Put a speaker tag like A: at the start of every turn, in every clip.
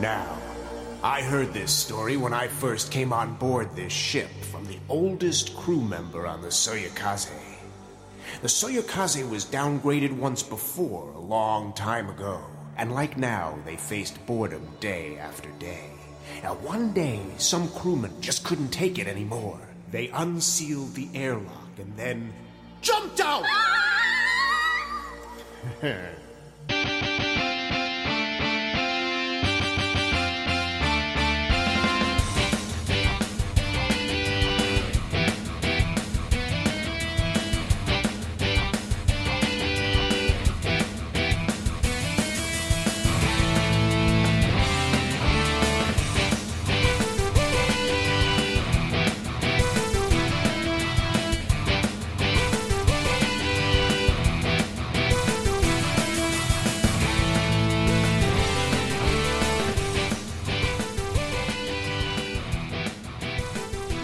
A: Now, I heard this story when I first came on board this ship from the oldest crew member on the Soyakaze. The Soyokaze was downgraded once before, a long time ago, and like now, they faced boredom day after day. Now, one day, some crewmen just couldn't take it anymore. They unsealed the airlock and then jumped out!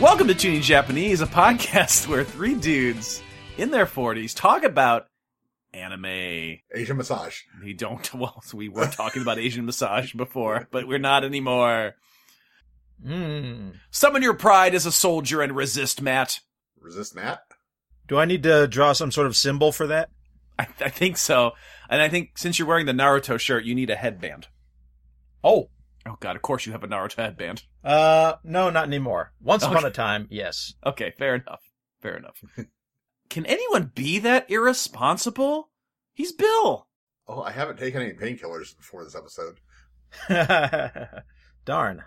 B: Welcome to Tuning Japanese, a podcast where three dudes in their 40s talk about anime.
C: Asian massage.
B: We don't, well, we were talking about Asian massage before, but we're not anymore.
D: Mm.
B: Summon your pride as a soldier and resist, Matt.
C: Resist Matt.
D: Do I need to draw some sort of symbol for that?
B: I, I think so. And I think since you're wearing the Naruto shirt, you need a headband.
D: Oh,
B: Oh, God, of course you have a Naruto headband.
D: uh, no, not anymore. Once upon
B: Okay.
D: a time, yes.
B: Okay, fair enough. Fair enough. Can anyone be that irresponsible? He's Bill.
C: Oh, I haven't taken any painkillers before this episode.
D: Darn.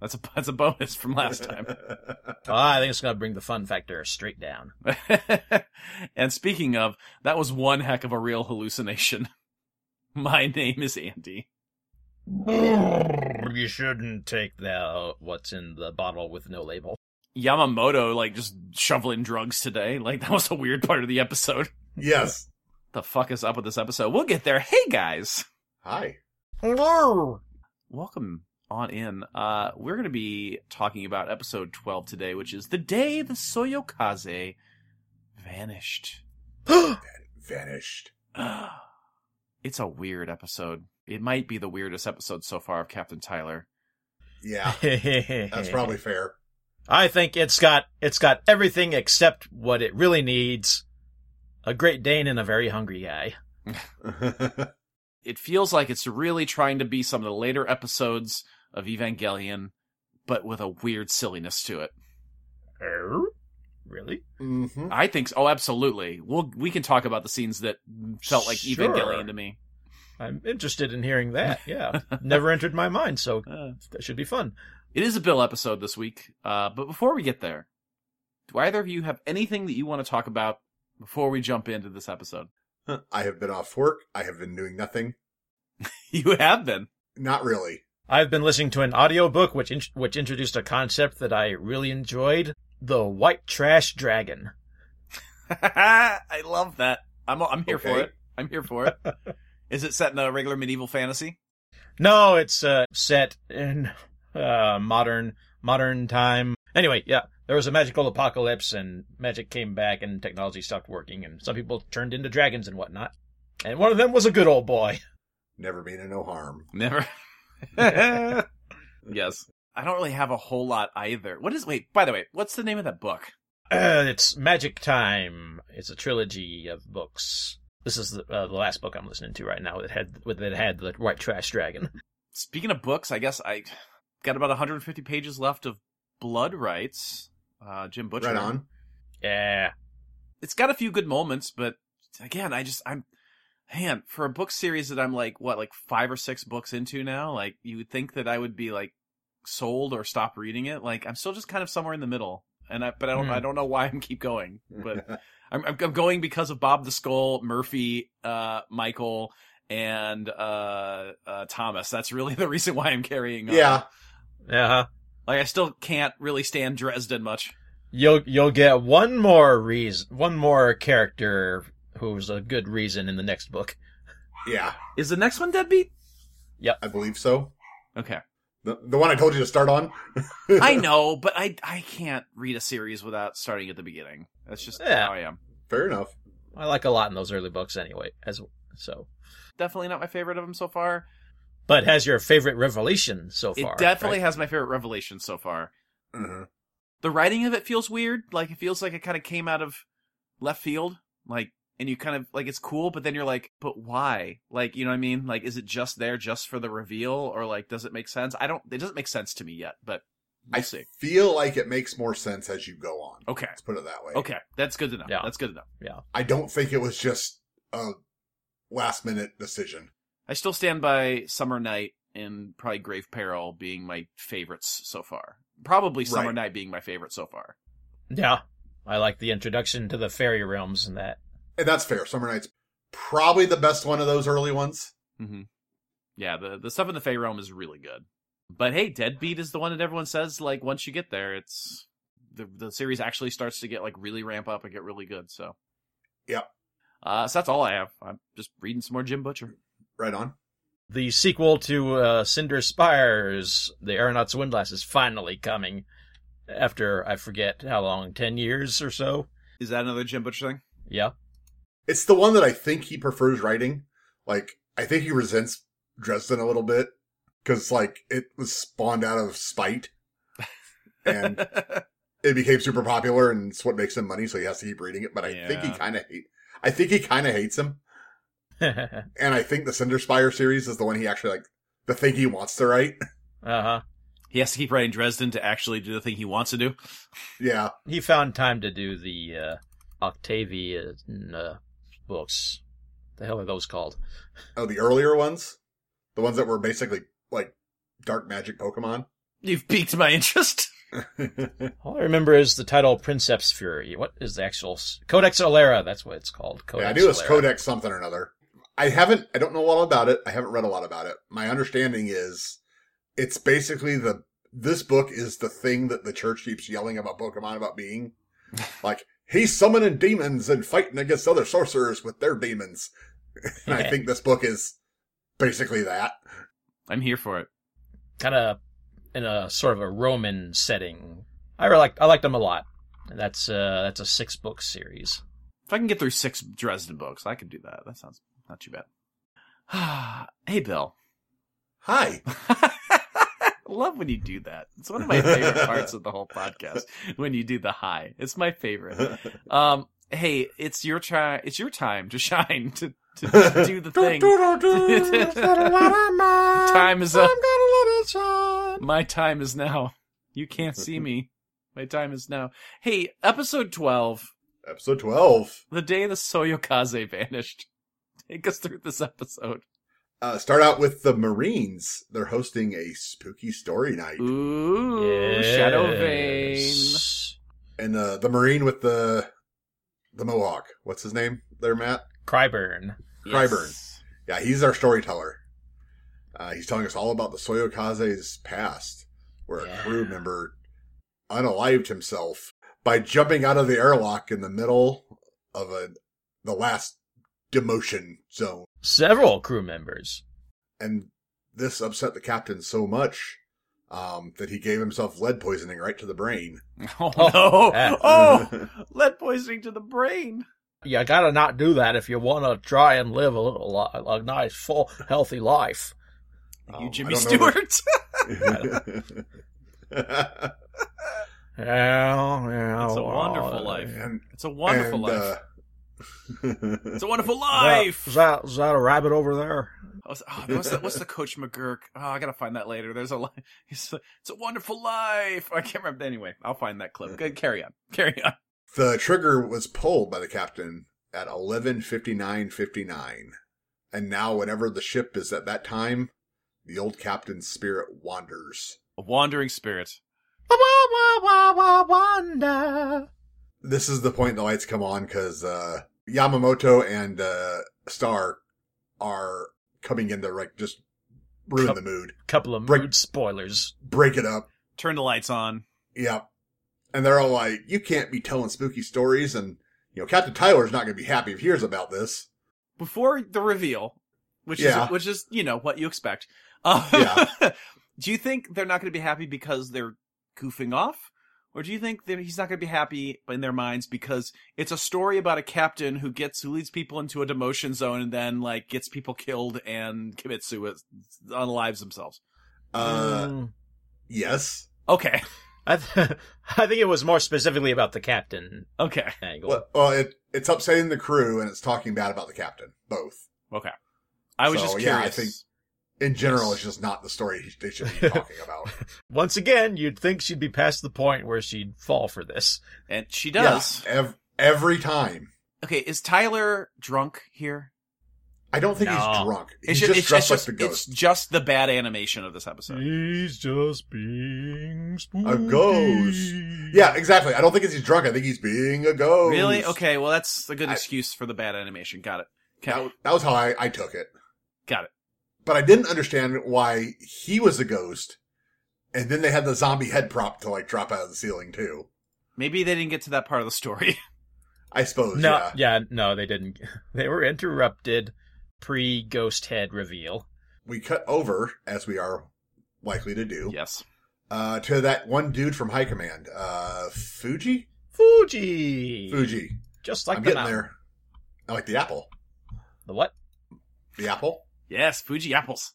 B: That's a, that's a bonus from last time.
D: Ah, I think it's gonna bring the fun factor straight down.
B: and speaking of, that was one heck of a real hallucination. My name is Andy.
D: You shouldn't take the what's in the bottle with no label.
B: Yamamoto, like, just shoveling drugs today. Like, that was a weird part of the episode.
C: yes.
B: The fuck is up with this episode? We'll get there. Hey, guys.
C: Hi.
B: Welcome on in. Uh, we're going to be talking about episode 12 today, which is the day the Soyokaze vanished.
C: Vanished.
B: it's a weird episode. It might be the weirdest episode so far of Captain Tyler.
C: Yeah, that's probably fair.
D: I think it's got it's got everything except what it really needs: a Great Dane and a very hungry guy.
C: Mm-hmm.
B: it feels like it's really trying to be some of the later episodes of Evangelion, but with a weird silliness to it.
D: Er? Really?
C: mm-hmm.
B: I think. So. Oh, absolutely. We'll we can talk about the scenes that felt like
D: Sure.
B: Evangelion to me.
D: I'm interested in hearing that. Yeah, never entered my mind, so
B: Uh,
D: that should be fun.
B: it is a Bill episode this week. Uh, but before we get there, do either of you have anything that you want to talk about before we jump into this episode?
C: I have been off work. I have been doing nothing.
B: You have been.
C: Not really.
D: I've been listening to an audiobook which in- which introduced a concept that I really enjoyed, the white trash dragon.
B: I love that. I'm I'm here for
C: Okay.
B: it. I'm here for it. Is it set in a regular medieval fantasy?
D: No, it's uh, set in uh, modern modern time. Anyway, yeah, there was a magical apocalypse, and magic came back, and technology stopped working, and some people turned into dragons and whatnot. And one of them was a good old boy.
C: Never meaning no harm.
B: Never.
D: Uh,
B: yes. I don't really have a whole lot either. What is wait, by the way, what's the name of that book?
D: Uh, it's Magic Time. It's a trilogy of books. This is the, uh, the last book I'm listening to right now that had that had the white trash dragon.
B: Speaking of books, I guess I got about 150 pages left of Blood Rights. Uh Jim Butcher.
C: Right on.
D: Yeah.
B: It's got a few good moments, but again, I just I'm man, for a book series that I'm like what, like 5 or 6 books into now, like you would think that I would be like sold or stop reading it. Like I'm still just kind of somewhere in the middle. And I but I don't
D: Hmm.
B: I don't know why I'm keep going, but I'm, I'm I'm going because of Bob the Skull, Murphy, uh, Michael, and uh, uh, Thomas. That's really the reason why I'm carrying. On.
C: yeah.
D: Uh huh.
B: like I still can't really stand Dresden much.
D: You'll you'll get one more reason, one more character who's a good reason in the next book.
C: Yeah.
B: Is the next one Deadbeat?
C: I believe so.
B: Okay,
C: The, the one I told you to start on.
B: I know, but I I can't read a series without starting at the beginning. That's just
D: Yeah.
B: how I am.
C: Fair enough.
D: I like a lot in those early books anyway. As so,
B: Definitely not my favorite of them so far.
D: but has your favorite revelation so
B: it
D: far.
B: definitely
D: right?
B: has my favorite revelation so far. Mm-hmm.
C: hmm
B: the writing of it feels weird. Like it feels like it kind of came out of left field. Like and you kind of like it's cool, but then you're like, but why? Like you know what I mean? Like is it just there just for the reveal, or like does it make sense? I don't. It doesn't make sense to me yet, but we'll
C: I
B: see.
C: feel like it makes more sense as you go on.
B: Okay,
C: Let's put it that way.
B: okay, that's good to know.
D: Yeah.
B: That's good to know.
C: I don't think it was just a last minute decision.
B: I still stand by Summer Night and probably Grave Peril being my favorites so far. Probably Summer
C: Right.
B: Night being my favorite so far.
D: Yeah. I like the introduction to the fairy realms and that.
C: And that's fair. Summer Night's probably the best one of those early ones.
B: Mm-hmm. Yeah, the the stuff in the Fey realm is really good. But hey, Deadbeat is the one that everyone says like once you get there, it's the the series actually starts to get like really ramp up and get really good. So
C: Yep.
B: Uh, so that's all I have. I'm just reading some more Jim Butcher.
C: Right on.
D: The sequel to uh, Cinder Spires, The Aeronauts Windlass, is finally coming after, I forget how long, 10 years or so?
B: Is that another Jim Butcher thing?
D: Yeah.
C: It's the one that I think he prefers writing. Like, I think he resents Dresden a little bit because, like, it was spawned out of spite and it became super popular and it's what makes him money. So he has to keep reading it. But I think he
B: Yeah.
C: kind of hate. I think he kind of hates him.
D: uh
C: And I think the Cinder Spire series is the one he actually, like, the thing he wants to write.
D: huh.
B: he has to keep writing Dresden to actually do the thing he wants to do.
C: yeah.
D: He found time to do the uh, Octavian uh, books. The hell are those called?
C: Oh, the earlier ones? The ones that were basically, like, dark magic Pokemon?
B: You've piqued my interest.
D: All I remember is the title Princeps Fury. What is the actual s- Codex Alera? Oh, That's what it's called. Codex
C: Yeah, I knew it was
D: Alera.
C: Codex something or another. I haven't, I don't know a lot about it. I haven't read a lot about it. My understanding is it's basically the, this book is the thing that the church keeps yelling about Pokemon about being. Like, he's summoning demons and fighting against other sorcerers with their demons. And I think this book is basically that.
B: I'm here for it.
D: kind of in a sort of a Roman setting. I really like I liked them a lot. And That's uh that's a six book series.
B: If I can get through six Dresden books, I could do that. That sounds not too bad. hey, Bill.
C: Hi.
B: Love when you do that. It's one of my favorite parts of the whole podcast when you do the high. It's my favorite. Um, hey, it's your try. It's your time to shine to to do the thing. time is up. My time is now. You can't see me. My time is now. Hey, episode twelve,
C: Episode 12.
B: the day the Soyokaze vanished. Take us through this episode.
C: Uh, start out with the Marines. They're hosting a spooky story night.
B: Ooh, Shadow Vein.
D: Yes.
C: And uh, the Marine with the the Mohawk. What's his name there, Matt?
D: Cryburn.
C: Cryburn. Yeah, he's our storyteller. Uh, he's telling us all about the Soyokaze's past, where
D: Yeah.
C: a crew member unalived himself by jumping out of the airlock in the middle of a the last demotion zone.
D: Several crew members.
C: and this upset the captain so much um, that he gave himself lead poisoning right to the brain.
B: Oh,
D: Oh,
B: no.
D: yeah.
B: Oh, lead poisoning to the brain.
D: You gotta not do that if you want to try and live a little li- a nice, full, healthy life.
B: you
C: Um,
B: Jimmy
C: I don't know
B: Stewart.
C: that-
D: Yeah, yeah,
B: It's a
D: well, uh,
B: wonderful life.
C: and,
B: it's a wonderful
C: and,
B: life.
C: uh,
B: It's a wonderful
D: Is that-
B: life.
D: Is that is that a rabbit over there?
B: Oh, it's- oh, what's, the, what's the coach McGurk? Oh, I gotta find that later. There's a li- he's, it's a wonderful life. I can't remember anyway. I'll find that clip. Good, carry on, carry on.
C: the trigger was pulled by the captain at eleven fifty nine fifty nine, and now whenever the ship is at that time, the old captain's spirit wanders.
B: A wandering spirit.
C: This is the point the lights come on because uh, Yamamoto and uh, Star are coming in to like just ruin
D: Come-
C: the mood,
D: Couple of
C: Right.
D: mood spoilers.
C: break it up.
B: Turn the lights on.
C: Yep. And they're all like, you can't be telling spooky stories. And, you know, Captain Tyler's not going to be happy if he hears about this.
B: before the reveal, which
C: Yeah.
B: is which is you know what you expect. Uh, Do you think they're not going to be happy because they're goofing off, Or do you think that he's not going to be happy in their minds because it's a story about a captain who gets who leads people into a demotion zone and then like gets people killed and commits suicide, unalives themselves?
C: Uh,
D: Mm,
C: yes.
B: Okay,
D: I, th- I think it was more specifically about the captain
B: okay,
D: angle.
C: Well, well, it it's upsetting the crew and it's talking bad about the captain. Both.
B: okay. I was
C: So,
B: just
C: yeah, I
B: curious.
C: think- In general, it's just not the story they should be talking about.
D: Once again, you'd think she'd be past the point where she'd fall for this.
B: and she does.
C: Yeah, ev- every time.
B: Okay, is Tyler drunk here?
C: I don't think
D: No.
C: he's drunk. He's
B: It's
C: just,
B: it's,
C: dressed
B: it's
C: like the
B: it's
C: ghost.
B: just the bad animation of this episode.
D: He's just being spooky.
C: A ghost. Yeah, exactly. I don't think it's he's drunk. I think he's being a ghost.
B: Really? Okay, well that's a good
C: I-
B: excuse for the bad animation. Got it. Okay.
C: That, that was how I, I took it.
B: Got it.
C: But I didn't understand why he was a ghost. And then they had the zombie head prop to like drop out of the ceiling too.
B: Maybe they didn't get to that part of the story.
C: I suppose.
D: No,
C: yeah.
D: yeah. no, they didn't. They were interrupted pre ghost head reveal.
C: We cut over as we are likely to do.
B: yes.
C: Uh, to that one dude from High Command, uh, Fuji.
D: Fuji,
C: Fuji.
D: just like
C: I'm
D: the
C: getting
D: mountain.
C: there. I like the apple.
D: The what?
C: The apple.
B: Yes, Fuji apples.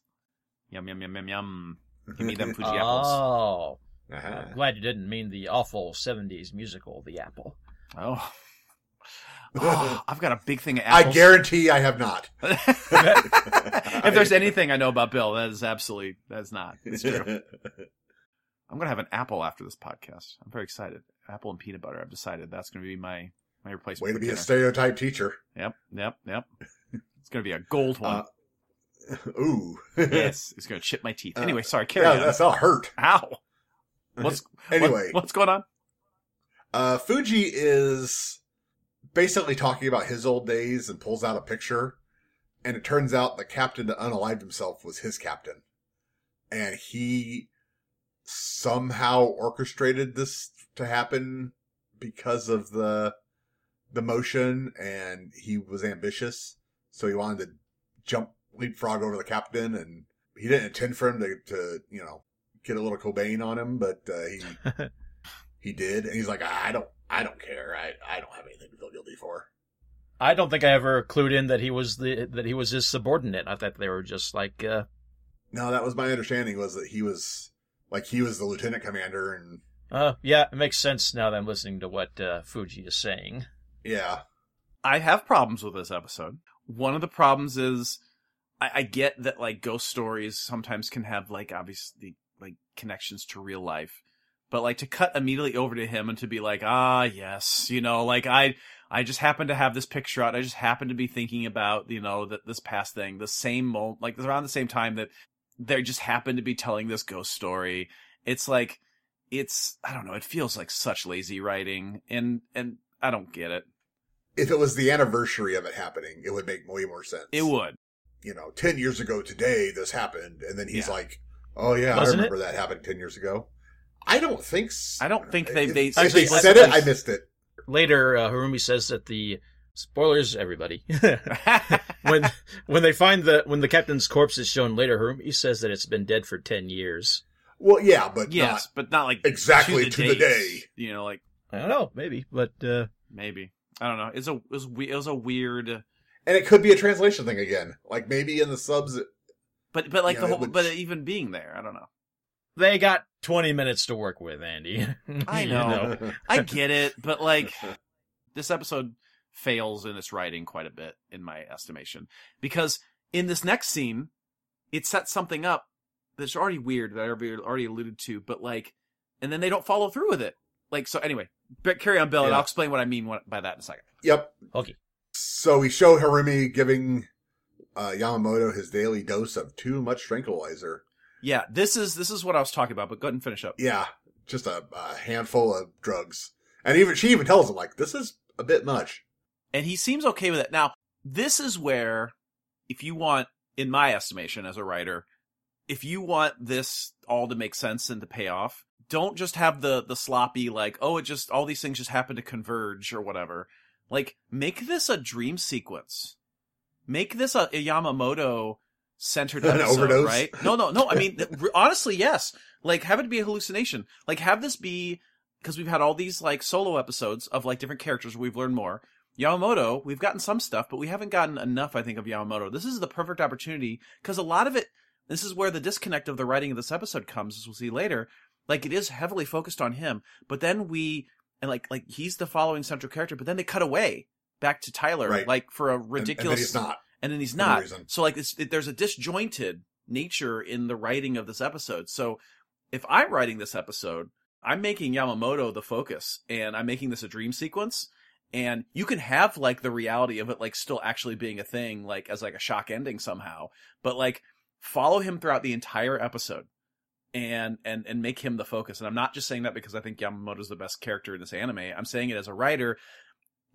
B: Yum yum yum yum yum. Give me them Fuji
C: Ah.
B: apples.
D: oh,
C: Uh-huh.
D: I'm glad you didn't mean the awful '70s musical, The Apple.
B: Oh. Oh, I've got a big thing of
C: I
B: apples.
C: guarantee I have not.
B: if there's anything I know about Bill, that is absolutely that's not. It's true. I'm gonna have an apple after this podcast. I'm very excited. Apple and peanut butter. I've decided that's gonna be my my replacement.
C: Way to
B: for
C: be a
B: dinner.
C: stereotype teacher.
B: Yep, yep, yep. It's gonna be a gold one.
C: Uh, Ooh.
B: yes, it's gonna chip my teeth.
C: Uh,
B: Anyway, sorry. Carry
C: yeah,
B: on.
C: that's all hurt.
B: Ow. What's what-
C: Anyway,
B: what's going on?
C: uh, Fuji is basically talking about his old days and pulls out a picture. And it turns out the captain that unalived himself was his captain. And he somehow orchestrated this to happen because of the the motion and he was ambitious. So he wanted to jump leapfrog over the captain and he didn't intend for him to, to you know, get a little Cobain on him, but uh, he he did, and he's like, I don't, I don't care. I, I don't have anything to feel guilty for.
D: I don't think I ever clued in that he was the that he was his subordinate. I thought they were just like uh,
C: No, that was my understanding was that he was like he was the lieutenant commander, and
D: Uh, yeah, it makes sense now that I'm listening to what uh, Fuji is saying.
C: yeah,
B: I have problems with this episode. One of the problems is I, I get that like ghost stories sometimes can have like obviously like connections to real life, but like to cut immediately over to him and to be like, ah, yes, you know, like I I just happened to have this picture out. I just happened to be thinking about you know that this past thing, the same moment, like around the same time that they just happened to be telling this ghost story. It's like it's I don't know. It feels like such lazy writing, and and I don't get it.
C: if it was the anniversary of it happening, it would make way more sense.
B: It would.
C: you know, ten years ago today this happened, and then he's
B: Yeah.
C: like, oh yeah,
D: Wasn't
C: I remember that happened ten years ago. I don't think. s-
B: I don't think they-
C: If-
B: they-
C: if
D: Actually,
C: they
D: I-
C: said it, I missed it.
D: Later, uh, Harumi says that the spoilers, everybody. when when they find the when the captain's corpse is shown later, Harumi says that it's been dead for ten years.
C: Well, yeah, but
B: yes, but not like
C: exactly to the
B: days.
C: day.
B: You know, like
D: I don't know, maybe, but uh,
B: maybe I don't know. It's a it was we- it was a weird,
C: not, and it could be a translation thing again. Like maybe in the subs, it-
B: but but like
C: Yeah,
B: the
C: it
B: whole
C: would-
B: but even being there, I don't know.
D: they got twenty minutes to work with, Andy.
B: I
D: You
B: know. I get it, but like this episode fails in its writing quite a bit in my estimation because in this next scene, it sets something up that's already weird that I already already alluded to, but like, and then they don't follow through with it. Like so, anyway, but carry on, Bill, and
C: Yeah.
B: I'll explain what I mean what- by that in a second.
C: Yep.
D: Okay.
C: So we show Harumi giving uh, Yamamoto his daily dose of too much tranquilizer.
B: Yeah, this is this is what I was talking about. But go ahead and finish up.
C: Yeah, just a, a handful of drugs, and even she even tells him like, "This is a bit much."
B: and he seems okay with it. Now, this is where, if you want, in my estimation as a writer, if you want this all to make sense and to pay off, don't just have the the sloppy like, oh, it just all these things just happen to converge or whatever. Like, make this a dream sequence. Make this a, a Yamamoto centered
C: An
B: episode,
C: overdose?
B: right? No, no, no. I mean, th- honestly, yes. Like, have it be a hallucination. Like, have this be because we've had all these like solo episodes of like different characters where we've learned more. Yamamoto, we've gotten some stuff, but we haven't gotten enough, I think, of Yamamoto. This is the perfect opportunity because a lot of it, this is where the disconnect of the writing of this episode comes, as we'll see later. Like it is heavily focused on him, but then we and like like he's the following central character, but then they cut away back to Tyler,
C: Right.
B: like for a
C: And-
B: ridiculous.
C: And, then he's not.
B: and then he's
C: no
B: not.
C: reason.
B: so like it's, it, there's a disjointed nature in the writing of this episode. So if I'm writing this episode, I'm making Yamamoto the focus, and I'm making this a dream sequence. And you can have like the reality of it, like still actually being a thing, like as like a shock ending somehow. But like follow him throughout the entire episode, and and and make him the focus. And I'm not just saying that because I think Yamamoto's the best character in this anime. I'm saying it as a writer.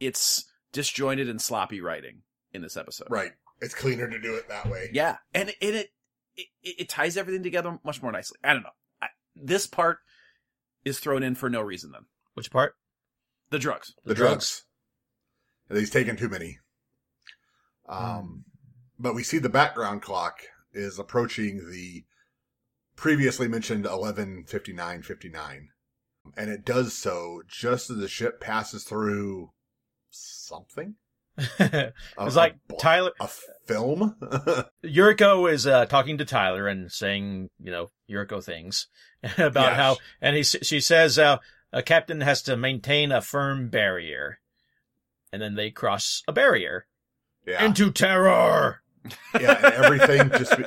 B: It's disjointed and sloppy writing in this episode.
C: Right. It's cleaner to do it that way.
B: Yeah, and it it, it it ties everything together much more nicely. I don't know. I, this part is thrown in for no reason. Then
D: Which part?
B: the drugs.
C: The, drugs. And He's taken too many. Um,
D: Hmm.
C: but we see the background clock is approaching the previously mentioned 11:59:59, and it does so just as the ship passes through something. A-
D: it's like
C: a, bl-
D: Tyler.
C: a film.
D: Yuriko is uh, talking to Tyler and saying, you know, Yuriko things about
C: Yes.
D: how, and he s- she says, uh, a captain has to maintain a firm barrier, and then they cross a barrier
C: yeah,
D: into terror.
C: yeah, and everything just be-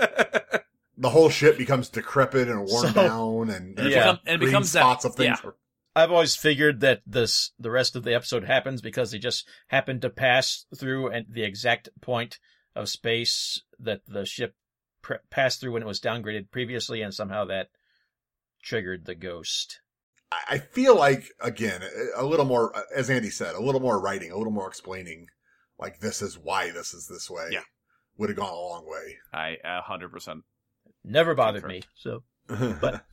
C: the whole ship becomes decrepit and worn
D: So-
C: down, and there's,
D: Yeah.
C: like,
B: Become- and
C: green
B: becomes that-
C: spots of things.
D: I've always figured that this the rest of the episode happens because they just happen to pass through and the exact point of space that the ship pre- passed through when it was downgraded previously, and somehow that triggered the ghost.
C: I I feel like again a a little more, uh, as Andy said, a little more writing, a little more explaining. Like this is why this is this way.
B: Yeah.
C: would have gone a long way.
B: I a hundred percent.
D: Never bothered
B: Concur.
D: me. So
C: but
D: But-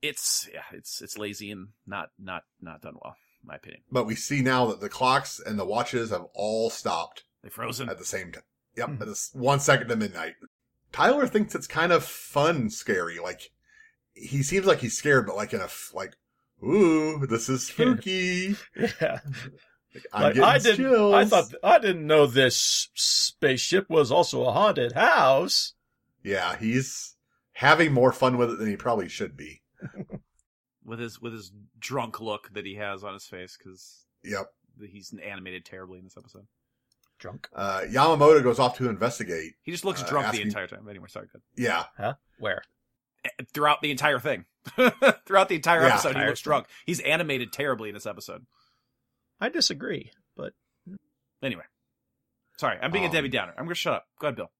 B: It's yeah, it's it's lazy and not not not done well, in my opinion.
C: but we see now that the clocks and the watches have all stopped
B: They
D: Mm.
B: frozen.
C: at the same time. Yep,
D: Hmm.
C: at this one second to midnight. Tyler thinks it's kind of fun, scary. Like he seems like he's scared, but like in a f- like, ooh, this is spooky.
D: yeah.
C: I'm
D: Like,
C: getting
D: I didn't.
C: chills.
D: I thought I didn't know this spaceship was also a haunted house.
C: yeah, he's having more fun with it than he probably should be.
B: with his with his drunk look that he has on his face because
C: Yep.
B: he's animated terribly in this episode.
D: Drunk.
C: Uh, Yamamoto goes off to investigate.
B: He just looks
C: Uh,
B: drunk
C: asking-
B: the entire time. Anyway, sorry. Good.
C: Yeah,
D: Where?
B: Throughout the entire thing, throughout the entire
C: Yeah.
B: episode, he
D: Entire
B: looks drunk. He's animated terribly in this episode.
D: I disagree. But
B: Anyway, sorry, I'm being
C: Um,
B: a Debbie Downer. I'm gonna shut up. Go ahead, Bill.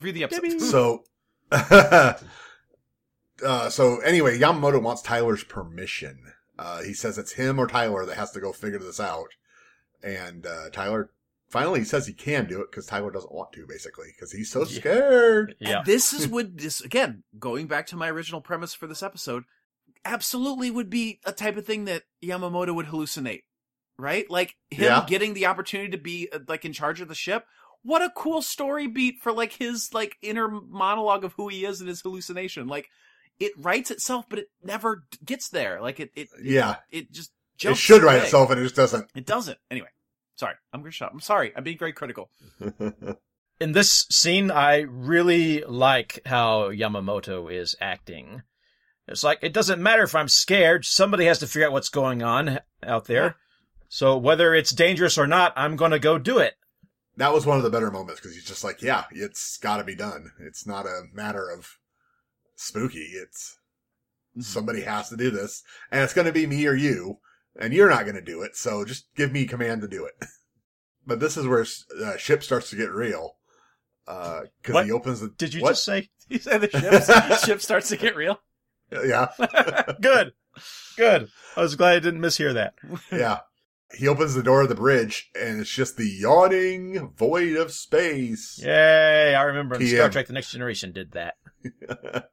B: Read the episode.
D: Debbie.
C: so. uh, so anyway, Yamamoto wants Tyler's permission. Uh, he says it's him or Tyler that has to go figure this out. And uh, Tyler finally says he can do it because Tyler doesn't want to, basically, because he's so
D: Yeah.
C: scared.
D: yeah,
B: And this is would this again going back to my original premise for this episode. Absolutely would be a type of thing that Yamamoto would hallucinate, right? Like him
C: Yeah.
B: getting the opportunity to be uh, like in charge of the ship. What a cool story beat for like his like inner monologue of who he is and his hallucination. Like it writes itself, but it never d- gets there. Like it it
C: Yeah.
B: it just
C: It
B: jumps.
C: should write
B: away.
C: itself, and it just doesn't.
B: It doesn't. Anyway, sorry. I'm gonna shut. up. I'm sorry. I'm being very critical.
D: in this scene, I really like how Yamamoto is acting. It's like it doesn't matter if I'm scared. Somebody has to figure out what's going on out there.
B: Yeah.
D: So whether it's dangerous or not, I'm going to go do it.
C: that was one of the better moments because he's just like, yeah, it's got to be done. It's not a matter of spooky. It's somebody has to do this and it's going to be me or you and you're not going to do it so just give me command to do it but this is where uh, ship starts to get real because
D: What?
C: he opens the
D: Did you
C: What?
D: just say
B: You say the ship ship starts to get real.
C: uh, yeah
D: good? Good. I was glad I didn't mishear that.
C: yeah he opens the door of the bridge and it's just the yawning void of space
D: Yay! I remember in Star
C: PM.
D: Trek: The Next Generation did that.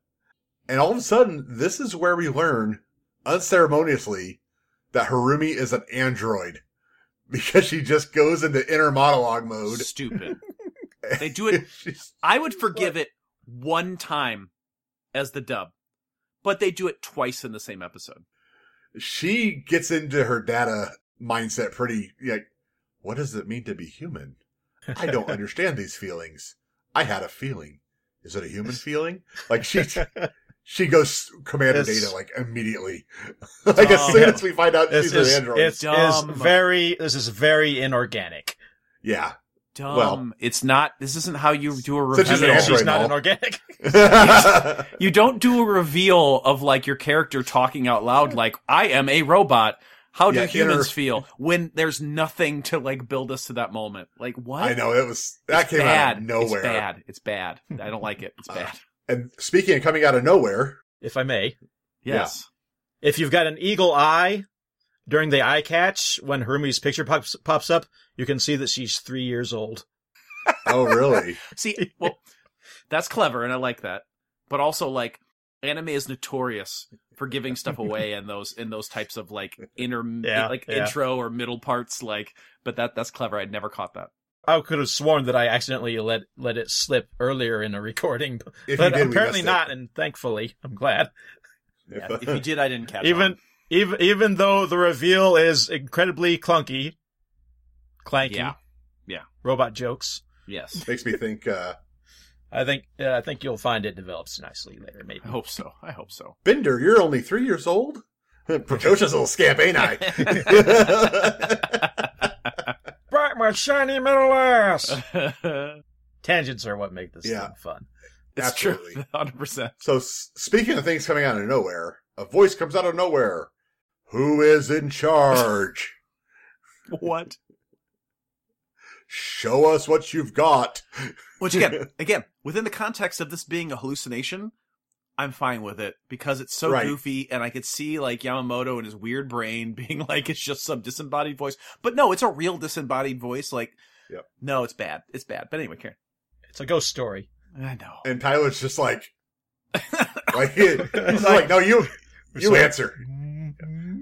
C: and all of a sudden this is where we learn unceremoniously that harumi is an android because she just goes into inner monologue mode
B: Stupid. They do it-
C: She's-
B: I would forgive it one time as the dub, but they do it twice in the same episode.
C: she gets into her data mindset pretty like, what does it mean to be human? I don't understand these feelings. I had a feeling. Is it a human feeling? Like she she goes commander
D: It's-
C: data like immediately. like as soon as we find out
D: This
C: she's an
D: is,
C: android.
D: it's, is
B: Dumb.
D: very this is very inorganic.
C: yeah.
B: Dumb.
C: Well-
B: it's not. This isn't how you do a reveal.
C: Such She's an
D: I mean,
C: android
D: she's not
C: now.
D: inorganic.
B: You don't do a reveal of like your character talking out loud, like "I am a robot." How do
C: Yeah,
B: humans
C: inter-
B: feel when there's nothing to like build us to that moment? Like what?
C: I know it was that came out
B: bad.
C: of nowhere. Uh,
B: It's bad. It's bad. I don't like it. It's bad.
C: And speaking of coming out of nowhere,
D: if I may,
C: yeah.
B: Yes.
D: if you've got an eagle eye during the eye catch when Harumi's picture pops pops up, you can see that she's three years old.
C: oh really?
B: See, well, that's clever, and I like that. But also, like, anime is notorious for giving stuff away in those in those types of like inner
D: Yeah,
B: like
D: yeah.
B: intro or middle parts. Like, but that that's clever. I'd never caught that.
D: I could have sworn that I accidentally let let it slip earlier in a recording,
C: If
D: but
C: you did, we
D: apparently
C: missed it.
D: not. And thankfully, I'm glad.
B: Yeah, if you did, I didn't catch
D: even
B: on.
D: even even though the reveal is incredibly clunky, clanky,
B: Yeah. Yeah.
D: robot jokes.
B: Yes,
C: Makes me think. uh
D: I think uh, I think you'll find it develops nicely later. Maybe
B: I hope so. I hope so.
C: Bender, you're only three years old. Precocious little scamp, ain't I?
D: bright my shiny middle ass. Tangents are what make this
C: Yeah.
D: thing fun.
B: it's
C: Absolutely.
B: true, hundred percent.
C: so s- speaking of things coming out of nowhere, a voice comes out of nowhere. Who is in charge?
B: What?
C: Show us what you've got.
B: Which again, again, within the context of this being a hallucination, I'm fine with it because it's so
C: Right.
B: goofy, and I could see like Yamamoto and his weird brain being like it's just some disembodied voice. But no, it's a real disembodied voice. Like,
C: Yep.
B: no, it's bad. It's bad. But anyway, Karen,
D: It's a ghost story.
B: I know.
C: And Tyler's just like, like he's just like, no, you, you
D: Sorry.
C: answer. Mm-hmm.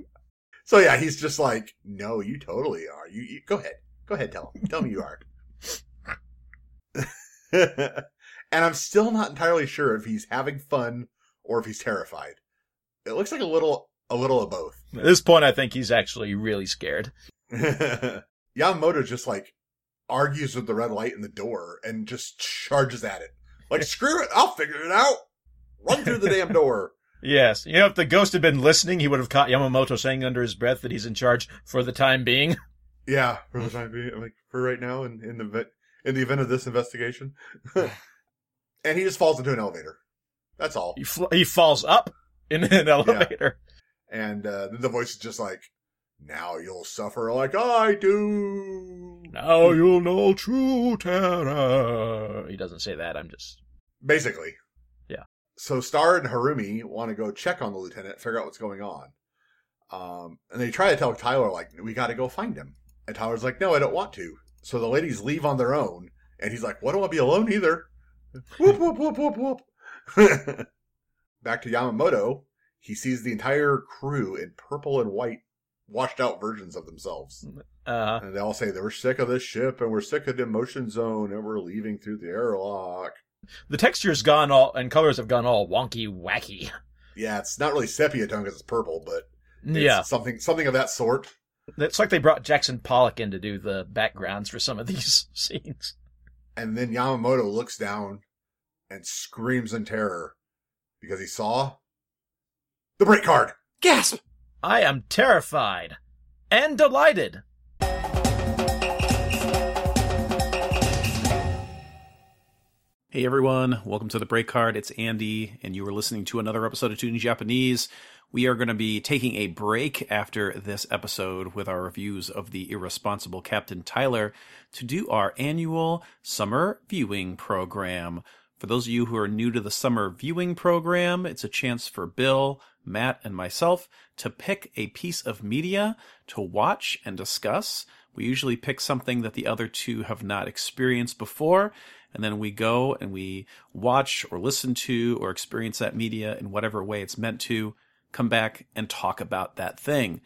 C: So yeah, he's just like, no, you totally are. You, you go ahead, go ahead, tell him, tell me you are. and I'm still not entirely sure if he's having fun or if he's terrified. It looks like a little, a little of both.
D: At this point, I think he's actually really scared.
C: Yamamoto just like argues with the red light in the door and just charges at it. Like, screw it, I'll figure it out. Run through the damn door.
D: Yes, you know if the ghost had been listening, he would have caught Yamamoto saying under his breath that he's in charge for the time being.
C: Yeah, for the time being, like for right now, in in the ve- in the event of this investigation, and he just falls into an elevator. That's all.
D: He fl- he falls up in an elevator.
C: And uh, the voice is just like, "Now you'll suffer like I do."
D: Now you'll know true terror. He doesn't say that. I'm just
C: Basically.
D: Yeah.
C: So Star and Harumi want to go check on the lieutenant, figure out what's going on. Um, and they try to tell Tyler, like, we got to go find him. And Tyler's like, no, I don't want to. So the ladies leave on their own. And he's like, well, I don't want to be alone either. whoop, whoop, whoop, whoop, whoop. Back to Yamamoto. He sees the entire crew in purple and white, washed out versions of themselves.
D: uh
C: And they all say, we're sick of this ship and we're sick of the motion zone and we're leaving through the airlock.
D: the texture's gone all and colors have gone all wonky wacky.
C: Yeah, it's not really sepia tone because it's purple, but it's
D: yeah,
C: something something of that sort.
D: it's like they brought Jackson Pollock in to do the backgrounds for some of these scenes.
C: And then Yamamoto looks down and screams in terror because he saw the break card.
B: Gasp!
D: I am terrified and delighted.
B: Hey everyone, welcome to the break card. It's Andy, and you are listening to another episode of Tune in Japanese. We are going to be taking a break after this episode with our reviews of the irresponsible Captain Tyler to do our annual summer viewing program. For those of you who are new to the summer viewing program, it's a chance for Bill, Matt, and myself to pick a piece of media to watch and discuss. We usually pick something that the other two have not experienced before, and then we go and we watch or listen to or experience that media in whatever way it's meant to, come back and talk about that thing.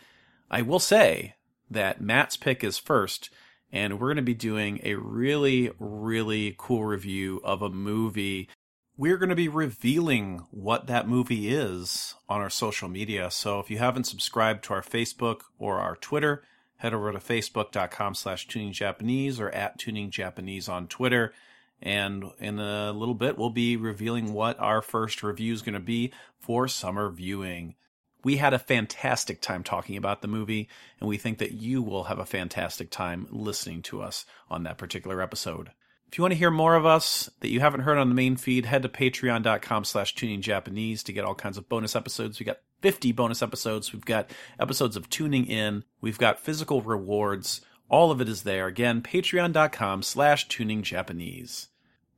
B: I will say that Matt's pick is first, and we're going to be doing a really, really cool review of a movie We're going to be revealing what that movie is on our social media. So if you haven't subscribed to our Facebook or our Twitter, head over to facebook.com slash tuning Japanese or at tuning Japanese on Twitter. And in a little bit, we'll be revealing what our first review is going to be for summer viewing. We had a fantastic time talking about the movie, and we think that you will have a fantastic time listening to us on that particular episode. If you want to hear more of us that you haven't heard on the main feed, head to patreon.com slash tuning Japanese to get all kinds of bonus episodes. We got 50 bonus episodes. We've got episodes of tuning in. We've got physical rewards. All of it is there. Again, patreon.com slash tuning Japanese.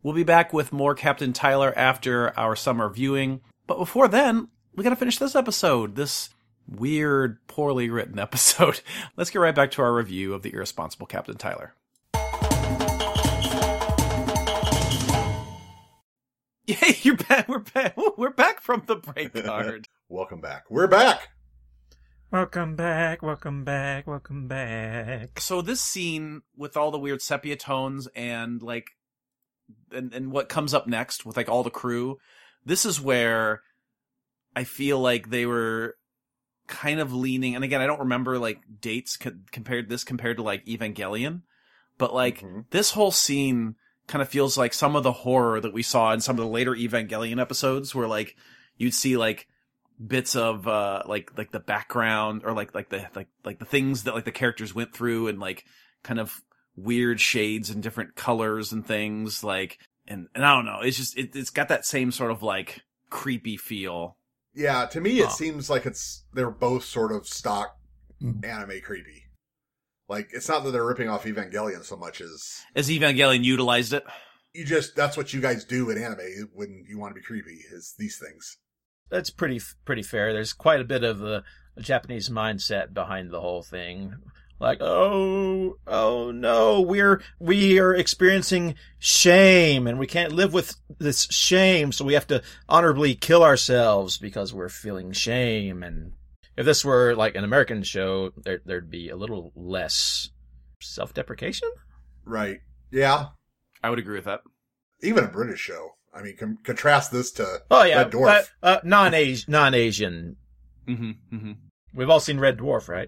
B: We'll be back with more Captain Tyler after our summer viewing. But before then, we gotta finish this episode. This weird, poorly written episode. Let's get right back to our review of the irresponsible Captain Tyler. Yay, you're back. We're back. We're back from the break card.
C: Welcome back. We're back.
D: Welcome back, welcome back, welcome back.
B: so this scene with all the weird sepia tones and like, and, and what comes up next with like all the crew, this is where I feel like they were kind of leaning. And again, I don't remember like dates co- compared this compared to like Evangelion, but like
C: Mhm.
B: this whole scene kind of feels like some of the horror that we saw in some of the later Evangelion episodes where like you'd see like bits of uh like like the background or like like the like like the things that like the characters went through and like kind of weird shades and different colors and things like and and I don't know it's just it, it's got that same sort of like creepy feel
C: Yeah, to me it
B: Oh.
C: seems like it's they're both sort of stock anime creepy. Like it's not that they're ripping off Evangelion so much as
B: as Evangelion utilized it
C: you just that's what you guys do in anime when you want to be creepy is these things.
D: That's pretty pretty fair. There's quite a bit of a, a Japanese mindset behind the whole thing. Like, oh, oh no, we're we are experiencing shame and we can't live with this shame, so we have to honorably kill ourselves because we're feeling shame and if this were like an American show, there there'd be a little less self-deprecation?
C: Right. Yeah.
B: I would agree with that
C: Even a British show. I mean, com- contrast this to
D: Oh yeah,
C: Red Dwarf.
D: Uh, uh, non-Asian, non-Asian.
B: mm-hmm, mm-hmm.
D: We've all seen Red Dwarf, right?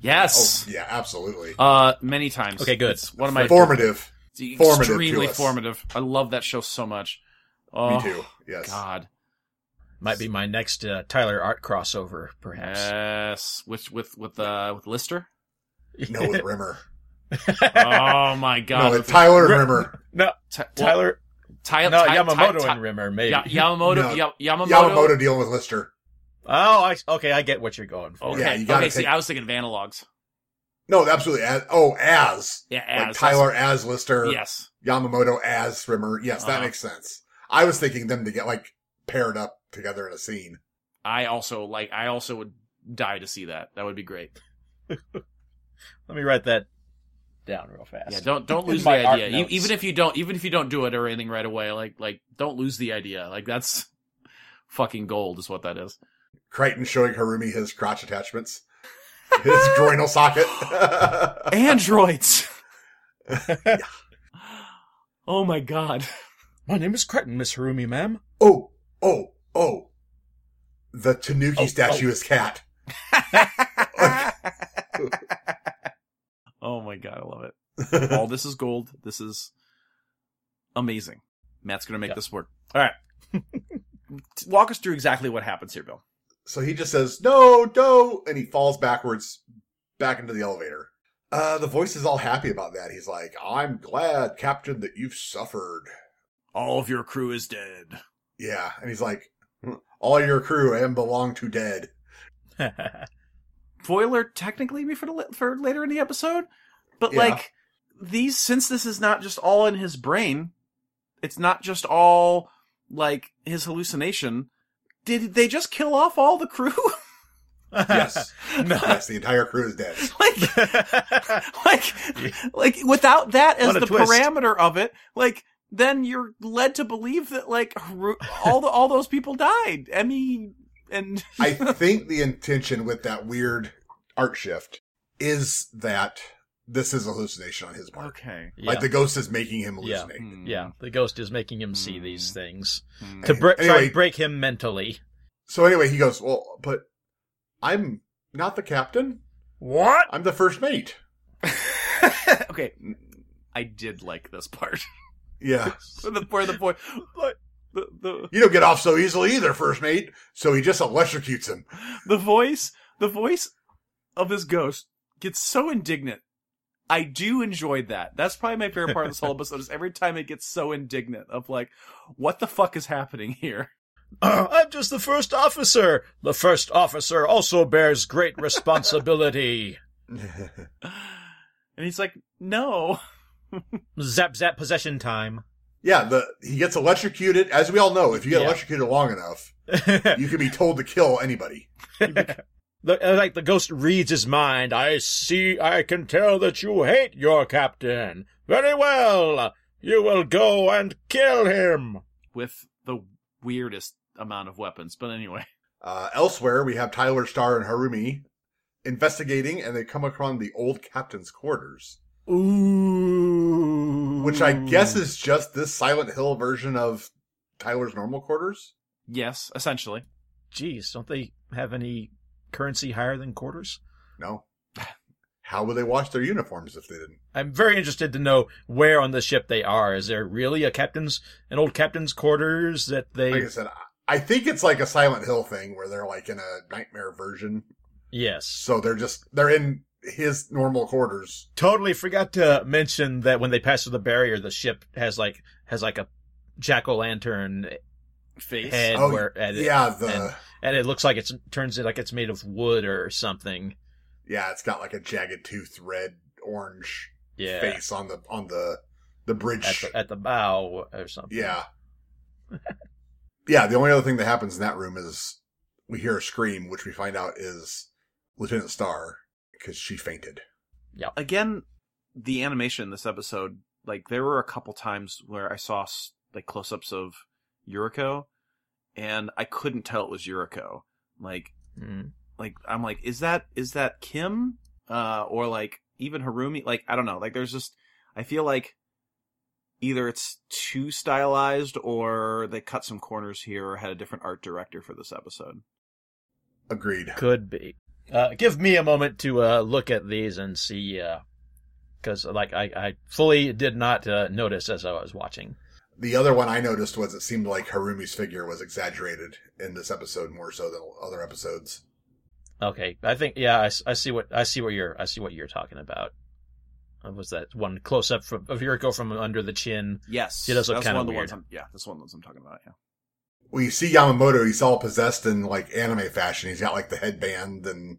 B: yes
C: Oh, yeah, absolutely.
B: uh many times
D: Okay, good.
B: it's one of my
C: Formative.
B: It's
C: Formative to
B: extremely
C: us.
B: formative. I love that show so much. Oh,
C: Me too. Yes.
B: God.
D: Might be my next uh, Tyler Art crossover,
B: Uh,
D: perhaps.
B: Yes. Which with with uh with Lister?
C: No, with Rimmer.
B: Oh my
C: no,
B: God.
C: with Tyler
D: Ri-
C: Rimmer.
D: no,
B: Ty-
D: Tyler.
B: Ty-
D: no,
B: Ty-
D: Yamamoto
B: Ty-
D: and Rimmer, maybe.
B: Ya- Yamamoto.
C: No.
B: Ya- Yamamoto.
C: Yamamoto dealing with Lister.
D: Oh, I, okay, I get what you're going for.
B: Okay.
C: Yeah, you gotta
B: okay. See,
C: take-
B: I was thinking of analogs.
C: No, absolutely. As, oh, as.
B: Yeah.
C: Like
B: as-
C: Tyler as Lister.
B: Yes.
C: Yamamoto as Rimmer. Yes, that
B: Uh-huh.
C: makes sense. I was thinking them to get like paired up together in a scene.
B: I also like. I also would die to see that. That would be great.
D: Let me write that down real fast.
B: Yeah. Don't don't
D: In
B: lose the
D: my art
B: idea. E-
D: notes.
B: even if you don't. Even if you don't do it or anything right away. Like like don't lose the idea. Like that's fucking gold is what that is.
C: Crichton showing Harumi his crotch attachments, his groinal socket.
B: androids. oh my god.
D: My name is Cretin, Miss Harumi, ma'am.
C: oh, oh, oh. The Tanuki
D: Oh,
C: statue is cat.
B: oh my god, I love it. All this is gold. This is amazing. Matt's going to make
D: Yeah.
B: this work. All right. Walk us through exactly what happens here, Bill.
C: so he just says, no, no, and he falls backwards back into the elevator. Uh, the voice is all happy about that. He's like, I'm glad, Captain, that you've suffered.
B: All of your crew is dead.
C: Yeah. And he's like, "Hmm, all your crew and belong to dead.
B: Spoiler technically be for the, for later in the episode, but
C: Yeah.
B: like these since this is not just all in his brain, it's not just all like his hallucination. Did they just kill off all the crew?
C: Yes.
D: No.
C: yes, the entire crew is dead.
B: like like like without that as
D: What a
B: the
D: twist.
B: parameter of it like then you're led to believe that like Haru- all the all those people died emmy and
C: I think the intention with that weird art shift is that this is a hallucination on his part.
B: Okay.
D: Yeah.
C: Like the ghost is making him
D: Yeah.
C: hallucinate.
B: Hmm.
D: yeah, the ghost is making him see
B: Hmm.
D: these things
B: Hmm.
D: to bre- try
C: Anyway.
D: and break him mentally.
C: So anyway, he goes, "Well, but I'm not the captain.
D: What?
C: I'm the first mate."
B: okay. I did like this part.
C: Yeah.
B: where the where the boy like, the, the
C: You don't get off so easily either, first mate. So he just electrocutes him.
B: the voice the voice of this ghost gets so indignant. I do enjoy that. That's probably my favorite part of this whole episode is every time it gets so indignant of like, what the fuck is happening here?
D: I'm just the first officer. The first officer also bears great responsibility.
B: And he's like, no.
D: zap zap possession time.
C: yeah, the he gets electrocuted. As we all know, if you get
D: Yeah.
C: electrocuted long enough,
D: The-
C: you can be told to kill anybody.
D: uh, like the ghost reads his mind. I see. I can tell that you hate your captain. Very well. You will go and kill him.
B: With the weirdest amount of weapons. But anyway.
C: Uh, elsewhere, we have Tyler Starr and Harumi investigating, and they come upon the old captain's quarters,
B: Ooh.
C: which I guess is just this Silent Hill version of Tyler's normal quarters.
B: Yes, essentially.
D: Geez, don't they have any currency higher than quarters?
C: No. How would they wash their uniforms if they didn't?
D: I'm very interested to know where on the ship they are. Is there really a captain's, an old captain's quarters that they?
C: Like I said, I- I think it's like a Silent Hill thing where they're like in a nightmare version.
D: Yes.
C: So they're just, they're in his normal quarters.
D: Totally forgot to mention that when they pass through the barrier, the ship has like has like a jack o' lantern
B: Face.
D: head
C: Oh,
D: where and it,
C: yeah, the,
D: and- and it looks like it's turns it like it's made of wood or something.
C: yeah, it's got like a jagged tooth red orange
D: Yeah,
C: face on the, on the, the bridge.
D: at the, at the bow or something.
C: Yeah. yeah, the only other thing that happens in that room is we hear a scream, which we find out is Lieutenant Star because she fainted.
B: Again, the animation in this episode, like, there were a couple times where I saw, s- like, close ups of Yuriko, and I couldn't tell it was Yuriko. Like,
D: Mm.
B: like I'm like, is that is that Kim? Uh, or like even Harumi? Like I don't know. Like there's just I feel like either it's too stylized or they cut some corners here or had a different art director for this episode.
C: Agreed.
D: could be. Uh, give me a moment to uh, look at these and see, because like I, I fully did not uh, notice as I was watching.
C: The other one I noticed was it seemed like Harumi's figure was exaggerated in this episode more so than other episodes.
D: Okay, I think yeah, I, s- I see what I see what you're I see what you're talking about. Uh, Was that one close up from, of Yuriko from under the chin?
B: Yes,
D: Yeah, those look
B: that's
D: kinda
B: one of the
D: weird.
B: ones. I'm, yeah, that's one of the ones I'm talking about. Yeah,
C: Well, you see Yamamoto, he's all possessed in like anime fashion. He's got like the headband and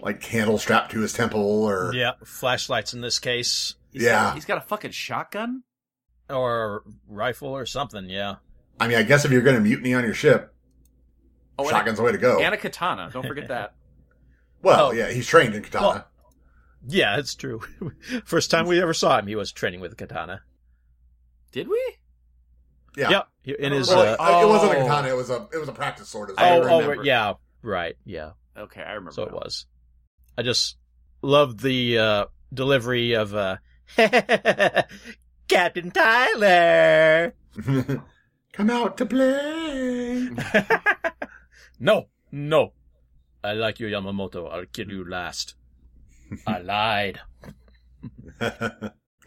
C: like candle strapped to his temple or
D: Yeah, flashlights in this case,
B: He's
C: Yeah.
B: got- he's got a fucking shotgun.
D: or rifle or something. Yeah,
C: I mean, I guess if you're going to mutiny on your ship,
B: Oh, and a-
C: shotgun's the way to go.
B: and a katana. Don't forget that.
C: well,
D: Oh.
C: yeah, he's trained in katana.
D: Well, yeah, it's true. First time we ever saw him, he was training with a katana.
B: Did we?
C: Yeah.
D: Yep, he- in his.
C: Well,
D: Uh,
B: like-
C: it- it wasn't a
B: oh.
C: katana. It was a it was a practice sword. It was
B: I
C: like-
D: oh,
B: don't
D: oh,
B: remember.
D: yeah, right, yeah.
B: Okay, I remember.
D: So it
B: now.
D: was. I just loved the uh, delivery of uh, Captain Tyler.
C: Come out to play.
D: no, no. I like you, Yamamoto. I'll kill you last. I lied.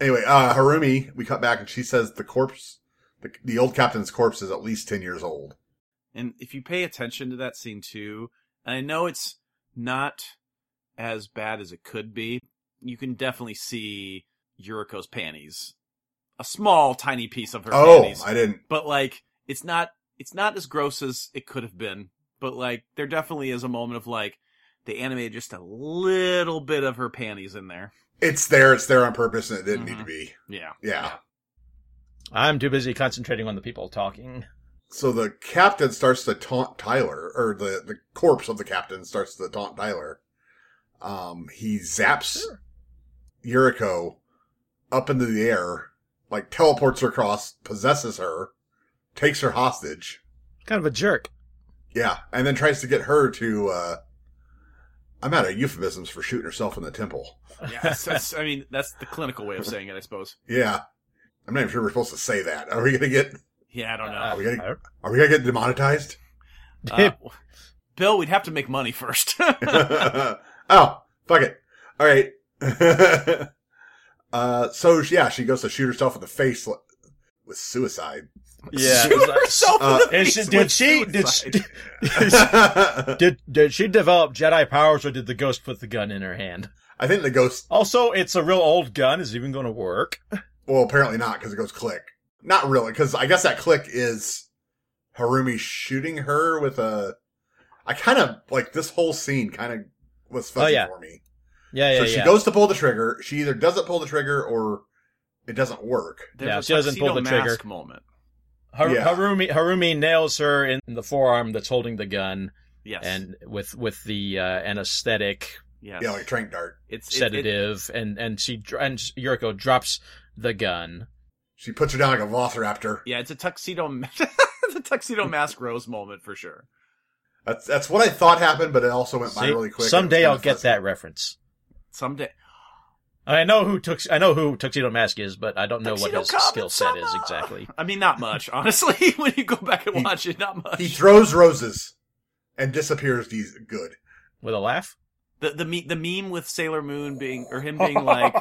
C: anyway, uh, Harumi, we cut back and she says the corpse, the, the old captain's corpse is at least 10 years old.
B: And if you pay attention to that scene too, and I know it's not as bad as it could be, you can definitely see Yuriko's panties. A small, tiny piece of her
C: oh,
B: panties.
C: I didn't.
B: But like, it's not, it's not as gross as it could have been. But like, there definitely is a moment of like, they animated just a little bit of her panties in there.
C: It's there. It's there on purpose and it didn't need to
B: Mhm.
C: be.
B: Yeah.
C: Yeah.
D: I'm too busy concentrating on the people talking.
C: So the captain starts to taunt Tyler, or the, the corpse of the captain starts to taunt Tyler. Um, he zaps Yuriko up into the air, like teleports her across, possesses her, takes her hostage.
D: Kind of a jerk.
C: Yeah, and then tries to get her to uh I'm out of euphemisms for shooting herself in the temple.
B: Yeah, that's, that's- I mean, that's the clinical way of saying it, I suppose.
C: Yeah. I'm not even sure we're supposed to say that. Are we gonna get
B: Yeah, I don't
D: Uh,
B: know.
C: we gonna- are we gonna get demonetized?
B: Uh, Bill, we'd have to make money first.
C: oh, fuck it. All right. uh, so yeah, she goes to shoot herself in the face li- with suicide.
D: yeah.
B: Shoot
D: it's like-
B: herself
C: uh,
B: in the
D: and
B: face
D: she-
B: with
D: did she did,
B: suicide.
D: she-
C: I
D: did did she develop Jedi powers or did the ghost put the gun in her hand?
C: think the ghost.
D: Also, it's a real old gun. Is it even going to work?
C: Well, apparently not because it goes click. Not really, because I guess that click is Harumi shooting her with a. I kind of like this whole scene. Kind of was fuzzy
D: Oh, yeah.
C: for me.
D: Yeah, yeah,
C: so
D: yeah.
C: she goes to pull the trigger. She either doesn't pull the trigger or it doesn't work.
B: There's
D: Yeah,
B: a
D: she doesn't pull
B: tuxedo
D: the trigger.
B: mask moment.
D: Har-
C: yeah.
D: Harumi Harumi nails her in the forearm that's holding the gun,
B: Yes.
D: and with with the uh, anesthetic
B: yes.
C: Yeah, like a trank dart.
B: it's it- it-
D: sedative, and and she dr- and Yuriko drops the gun.
C: She puts her down like a velociraptor.
B: yeah, it's a tuxedo ma- the tuxedo mask rose moment for sure.
C: That's that's what I thought happened, but it also went by
D: See?
C: really quick.
D: Someday
C: It
D: I'll
C: was kinda
D: get that reference.
B: Someday.
D: I know who tux- I know who Tuxedo Mask is, but I don't know
B: Tuxedo
D: what his
B: Comet
D: skill set is
B: Sama!
D: exactly.
B: I mean, not much, honestly. when you go back and
C: He-
B: watch it, not much.
C: fuzzy. He throws roses and disappears. These good.
D: With a laugh.
B: the the me- the meme with Sailor Moon being or him being like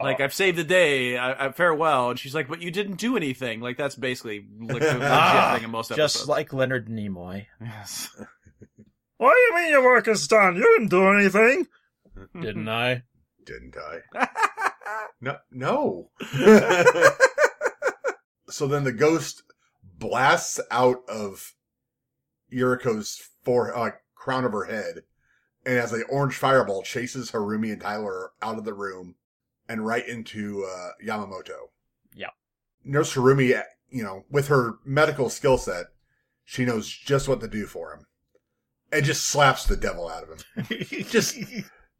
B: like I've saved the day, I, I, farewell, and she's like, but you didn't do anything. Like that's basically like the
D: Ah,
B: legit thing in most episodes.
D: just like Leonard Nimoy.
B: yes.
D: What do you mean your work is done? You didn't do anything. Didn't I?
C: Didn't I? No, no. so then the ghost blasts out of Yuriko's fore, uh, crown of her head, and as a orange fireball chases Harumi and Tyler out of the room and right into uh, Yamamoto.
D: Yeah.
C: Nurse Harumi, you know, with her medical skill set, she knows just what to do for him, and just slaps the devil out of him. just,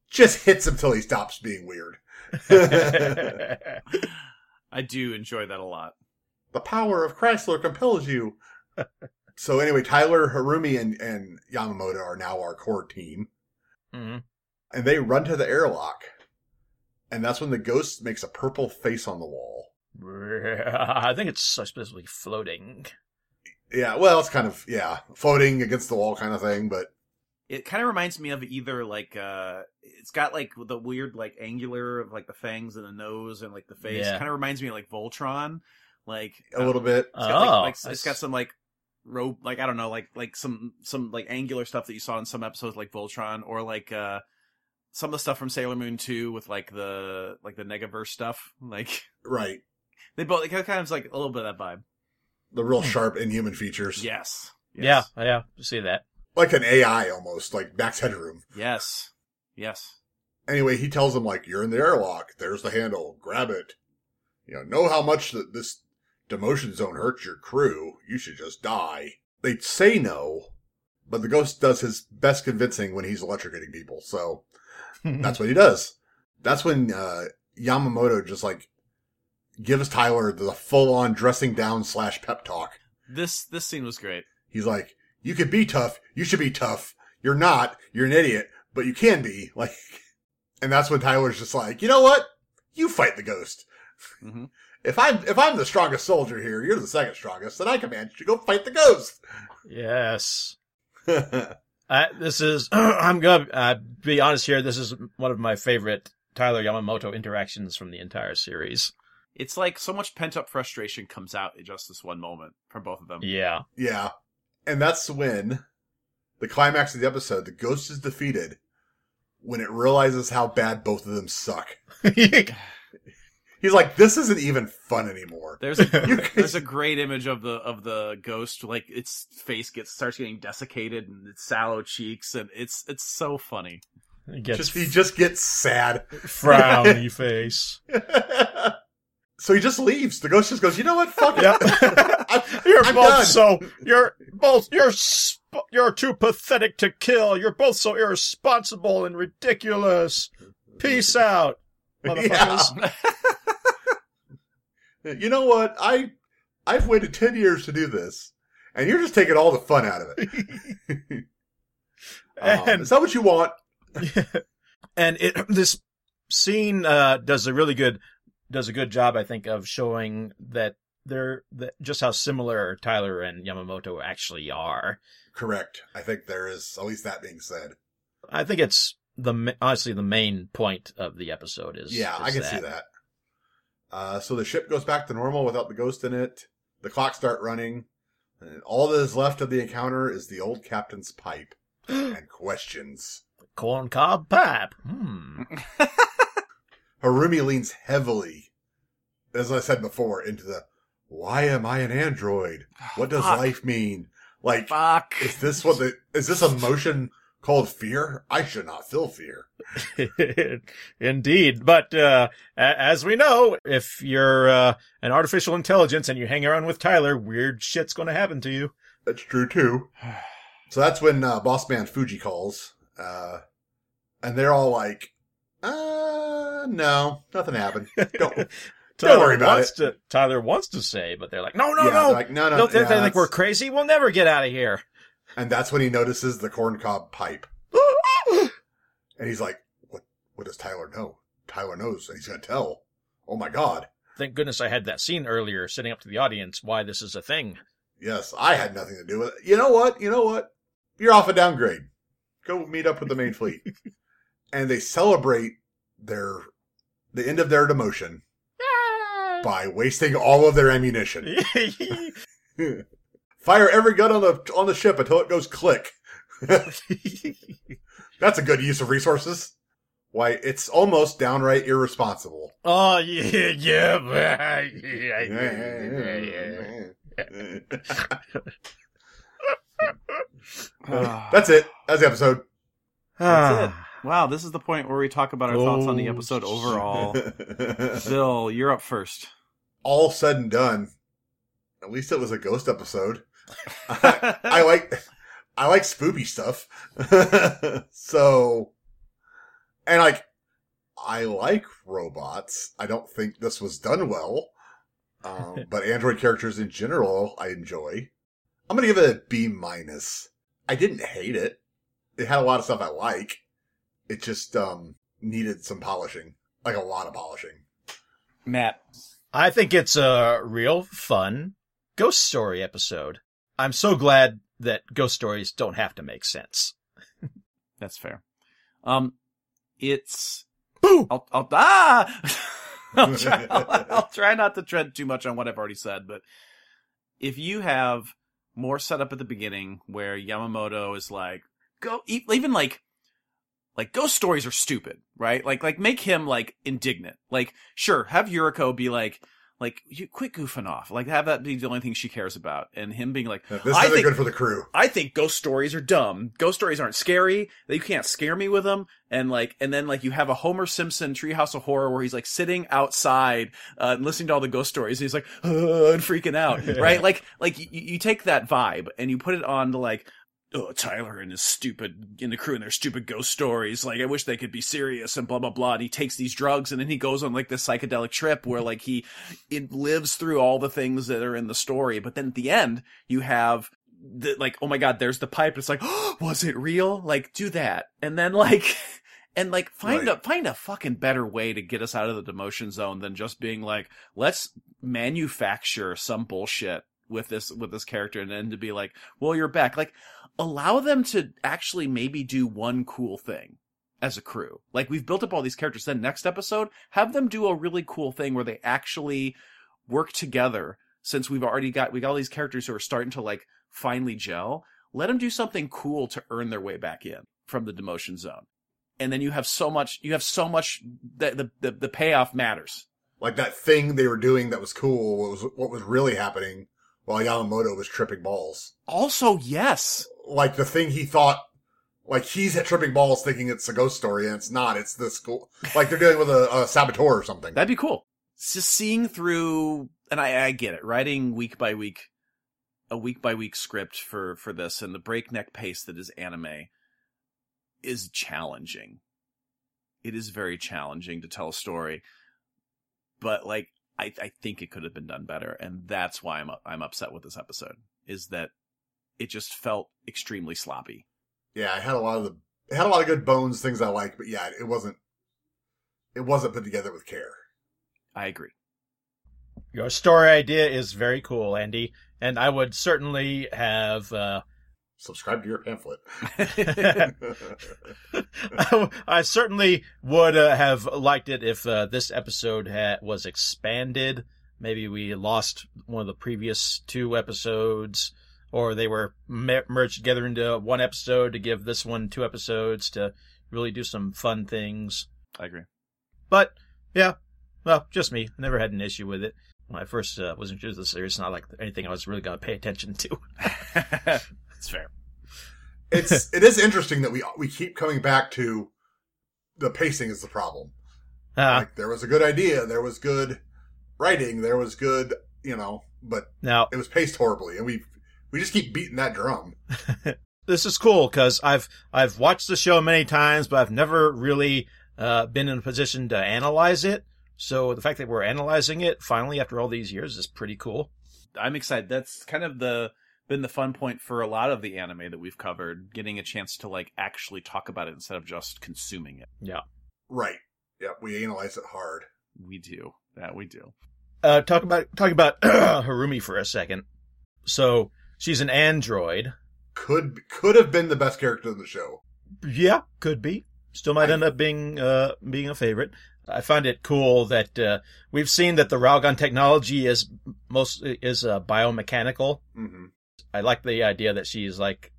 C: just hits him till he stops being weird.
D: Mm-hmm.
B: I do enjoy that a lot.
C: the power of Chrysler compels you. so anyway, Tyler, Harumi, and, and Yamamoto are now our core team,
D: Mhm.
C: and they run to the airlock, and that's when the ghost makes a purple face on the wall.
D: I think it's supposedly floating.
C: Yeah, well, it's kind of yeah, floating against the wall kind of thing, but
B: It kind of reminds me of either like uh it's got like the weird like angular of like the fangs and the nose and like the face.
D: Yeah.
B: It kind of reminds me of like Voltron. Like um,
C: a little bit.
B: It's got,
D: Oh,
B: like, like, it's
D: that's-
B: got some like rope, like I don't know, like like some some like angular stuff that you saw in some episodes, like Voltron, or like uh some of the stuff from Sailor Moon Two with like the like the Negaverse stuff. Like
C: Right,
B: they both they kind of like a little bit of that vibe.
C: the real sharp inhuman features.
B: Yes. yes.
D: Yeah, yeah, see that.
C: like an AI almost, like Max Headroom.
B: Yes. Yes.
C: anyway, he tells him like, "You're in the airlock. There's the handle. Grab it. You know, know how much that this demotion zone hurts your crew. You should just die." They say no, but the ghost does his best convincing when he's electrocuting people. So that's what he does. That's when uh, Yamamoto just like gives Tyler the full on dressing down slash pep talk.
B: This this scene was great.
C: He's like, "You could be tough. You should be tough. You're not. You're an idiot, but you can be." Like, and that's when Tyler's just like, "You know what? You fight the ghost.
B: hmm
C: If I'm if I'm the strongest soldier here, you're the second strongest, then I command you to go fight the ghost."
D: yes. I, this is I'm gonna uh, be honest here. This is one of my favorite Tyler Yamamoto interactions from the entire series.
B: It's like so much pent up frustration comes out in just this one moment from both of them.
D: Yeah,
C: yeah, and that's when the climax of the episode, the ghost is defeated when it realizes how bad both of them suck. He's like, "This isn't even fun anymore."
B: There's a
C: You guys-
B: there's a great image of the of the ghost, like its face gets starts getting desiccated and its sallow cheeks, and it's it's so funny.
D: He gets
C: Just he just gets sad.
D: frowny face.
C: so he just leaves. The ghost just goes, you know what? Fuck it.
D: Yeah.
C: I'm,
D: You're
C: I'm
D: both
C: done.
D: so you're both you're sp- you're too pathetic to kill. You're both so irresponsible and ridiculous. Peace out, motherfuckers.
C: you know what? I I've waited ten years to do this, and you're just taking all the fun out of it. Um,
D: And-
C: is that what you want?
D: and it this scene uh, does a really good does a good job, I think, of showing that they're that just how similar Tyler and Yamamoto actually are.
C: Correct. I think there is at least that being said.
D: I think it's the ma- honestly the main point of the episode is
C: Yeah, I
D: is
C: can see that. Uh, so the ship goes back to normal without the ghost in it. The clocks start running, and all that is left of the encounter is the old captain's pipe and questions.
D: corn cob pipe. Hmm.
C: Harumi leans heavily, as I said before, into the "Why am I an android?
D: Oh,
C: What does
B: Fuck.
C: life mean?" Like,
B: Fuck.
C: is this what the is this emotion called fear? I should not feel fear.
D: Indeed. But uh, a- as we know, if you're uh, an artificial intelligence and you hang around with Tyler, weird shit's going to happen to you.
C: That's true too. So that's when uh, Boss Man Fuji calls, uh, and they're all like, "Uh, no, nothing happened. Don't, yeah, Don't worry about
D: wants To, Tyler wants to say, but they're like, no, no,
C: they're
D: no.
C: like no, no,
D: Don't they
C: yeah,
D: think
C: that's-
D: we're crazy? We'll never get out of here.
C: And that's when he notices the corncob pipe, and he's like, "What? What does Tyler know? Tyler knows, and he's gonna tell. Oh my god."
D: Thank goodness I had that scene earlier, setting up to the audience why this is a thing.
C: Yes, I had nothing to do with it. You know what? You know what? You're off a downgrade. Go meet up with the main fleet. And they celebrate their the end of their demotion by wasting all of their ammunition. Fire every gun on the on the ship until it goes click. That's a good use of resources. Why, it's almost downright irresponsible.
D: oh yeah, yeah, yeah, yeah, yeah.
B: Ah.
C: That's it. That's the episode.
B: That's
D: Ah.
B: it. Wow, this is the point where we talk about our thoughts on the
D: Oh,
B: episode overall. Bill, you're up first.
C: all said and done, at least it was a ghost episode. I,
B: I,
C: like I like spoopy stuff. so and like I like robots. I don't think this was done well. Um, but android characters in general I enjoy. I'm gonna give it a B minus. I didn't hate it. It had a lot of stuff I like. It just um needed some polishing. Like a lot of polishing.
B: Matt.
D: I think it's a real fun ghost story episode. I'm so glad that ghost stories don't have to make sense.
B: That's fair. Um, it's
D: Boo!
B: I'll I'll ah. I'll, try, I'll, I'll try not to tread too much on what I've already said, but if you have more setup at the beginning where Yamamoto is like, go e- even like like ghost stories are stupid, right? Like like make him like indignant. Like sure, have Yuriko be like like you quit goofing off. Like have that be the only thing she cares about, and him being like,
C: This
B: I
C: isn't
B: think-
C: good for the crew.
B: I think ghost stories are dumb. Ghost stories aren't scary. You can't scare me with them. And like, and then like you have a Homer Simpson Treehouse of Horror where he's like sitting outside uh, and listening to all the ghost stories. he's like "Uh," and freaking out, right? Like, like you, you take that vibe and you put it on to like. Oh, Tyler and his stupid and the crew and their stupid ghost stories. Like, I wish they could be serious and blah blah blah. And he takes these drugs and then he goes on like this psychedelic trip where like he it lives through all the things that are in the story. But then at the end, you have the, like, oh my God, there's the pipe. It's like, was it real? Like, do that. And then like, and like, find
C: Right.
B: a, find a fucking better way to get us out of the demotion zone than just being like, let's manufacture some bullshit with this, with this character and then to be like, well, you're back. Like, allow them to actually maybe do one cool thing as a crew. Like we've built up all these characters. Then next episode, have them do a really cool thing where they actually work together. Since we've already got we got all these characters who are starting to like finally gel. Let them do something cool to earn their way back in from the demotion zone. And then you have so much. You have so much that the, the the payoff matters.
C: like that thing they were doing that was cool what was what was really happening while Yamamoto was tripping balls.
B: Also, yes,
C: Like the thing he thought like he's at tripping balls thinking it's a ghost story and it's not, it's this cool like they're dealing with a, a saboteur or something.
B: That'd be cool. It's just seeing through, and I, I get it. Writing week by week, a week by week script for for this, and the breakneck pace that is anime is challenging. It is very challenging to tell a story, but like I, I think it could have been done better, and that's why I'm I'm upset with this episode. Is that it just felt extremely sloppy.
C: yeah, I had a lot of the It had a lot of good bones, things I like, but yeah, it wasn't it wasn't put together with care.
B: I agree.
D: Your story idea is very cool, Andy, and I would certainly have. Uh,
C: Subscribe to your pamphlet.
D: I, w- I certainly would uh, have liked it if uh, this episode ha- was expanded. Maybe we lost one of the previous two episodes, or they were mer- merged together into one episode to give this one two episodes to really do some fun things.
B: I agree.
D: But yeah, well, just me. I never had an issue with it. When I first uh, was introduced to the series, it's not like anything I was really going to pay attention to.
B: That's fair.
C: it's it is interesting that we we keep coming back to the pacing is the problem.
D: Uh,
C: Like there was a good idea, there was good writing, there was good, you know, but
D: now,
C: it was paced horribly, and we we just keep beating that drum.
D: this is cool because I've I've watched the show many times, but I've never really uh, been in a position to analyze it. So the fact that we're analyzing it finally after all these years is pretty cool.
B: I'm excited. That's kind of the been the fun point for a lot of the anime that we've covered, getting a chance to like actually talk about it instead of just consuming it.
C: Right. Yep. We analyze it hard.
B: We do. That we do.
D: Uh, talk about talk about Harumi for a second. So she's an android.
C: Could could have been the best character in the show.
D: Yeah, could be. Still might
C: I-
D: end up being uh, being a favorite. I find it cool that uh, we've seen that the Raugon technology is most is uh, biomechanical.
C: hmm
D: I like the idea that she's like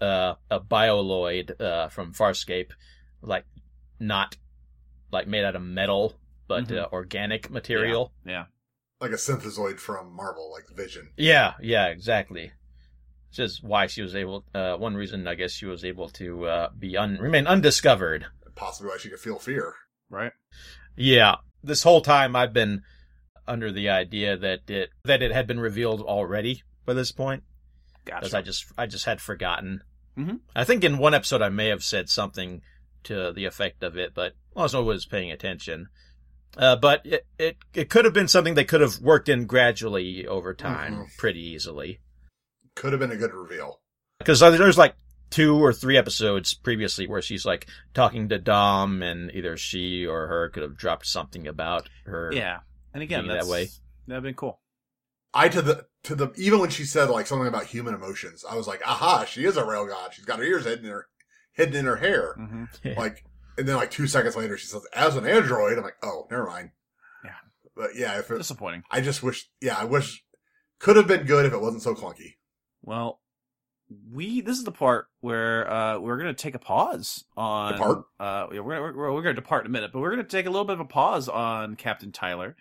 D: uh, a bioloid uh, from Farscape, like not like made out of metal, but uh, organic material.
B: Yeah.
C: Like a synthesoid from Marvel, like Vision.
D: Yeah, yeah, exactly. Which is why she was able. Uh, one reason I guess she was able to uh, be un- remain undiscovered.
C: Possibly why she could feel fear.
B: Right?
D: Yeah, this whole time I've been under the idea that it that it had been revealed already by this point. because
B: Gotcha.
D: I just I just had forgotten.
B: Mhm.
D: I think in one episode I may have said something to the effect of it, but also was paying attention. Uh, but it, it it could have been something they could have worked in gradually over time,
B: Mm-hmm.
C: Mhm.
D: pretty easily.
C: Could have been a good reveal.
D: Because there's like two or three episodes previously where she's like talking to Dom, and either she or her could have dropped something about her.
B: yeah. And again,
D: Being that
B: that's
D: way.
B: That'd been cool.
C: I to the to the even when she said like something about human emotions, I was like, aha, she is a rail god. She's got her ears hidden in her hidden in her hair.
B: Mm-hmm.
C: Like and then like two seconds later she says, as an android, I'm like, oh, never mind.
B: Yeah.
C: But yeah, if it,
B: Disappointing.
C: I just wish yeah, I wish could have been good if it wasn't so clunky.
B: Well, we this is the part where uh, we're gonna take a pause on
C: Depart?
B: Uh, yeah, we're, gonna- we're we're gonna depart in a minute, but we're gonna take a little bit of a pause on Captain Tyler.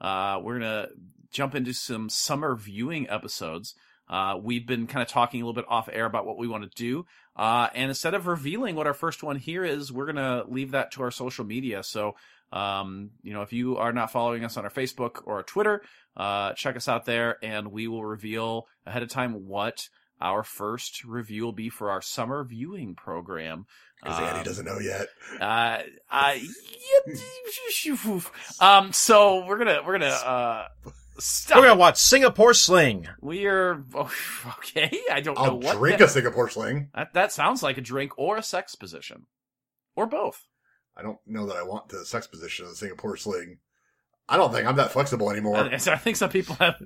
B: Uh, we're gonna jump into some summer viewing episodes. Uh, we've been kind of talking a little bit off air about what we want to do. Uh, and instead of revealing what our first one here is, we're going to leave that to our social media. So, um, you know, if you are not following us on our Facebook or our Twitter, uh, check us out there and we will reveal ahead of time what our first review will be for our summer viewing program.
C: Because
B: Um,
C: Annie doesn't know yet.
B: uh, uh, yep. um, so we're gonna we're gonna uh, stop.
D: We're gonna watch Singapore Sling.
B: We are oh, okay. I don't know
C: I'll
B: what
C: drink
B: that,
C: a Singapore sling.
B: that that sounds like a drink or a sex position, or both.
C: I don't know that I want the sex position of the Singapore sling. I don't think I'm that flexible anymore.
B: I, I think some people have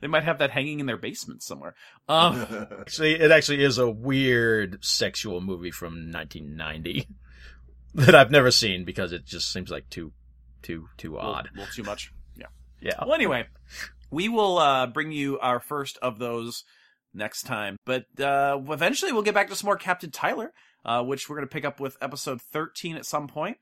B: they might have that hanging in their basement somewhere. Um,
D: Actually, it actually is a weird sexual movie from 1990 that I've never seen because it just seems like too, too,
B: a
D: too
B: little-
D: odd.
B: little too much. Yeah.
D: Yeah.
B: Well, anyway, we will uh, bring you our first of those next time. But uh, eventually, we'll get back to some more Captain Tyler, uh, which we're going to pick up with episode 13 at some point.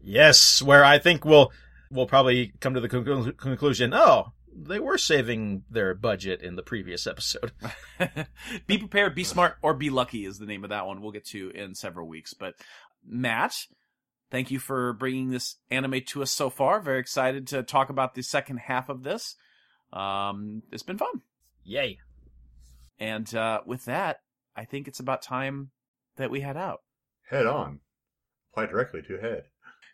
D: Yes, where I think we'll we'll probably come to the conclu- conclusion. Oh, they were saving their budget in the previous episode.
B: be prepared, be smart, or be lucky is the name of that one. We'll get to in several weeks. But Matt, thank you for bringing this anime to us so far. Very excited to talk about the second half of this. Um, it's been fun.
D: Yay!
B: And uh, with that, I think it's about time that we head out.
C: head on. Apply directly to head.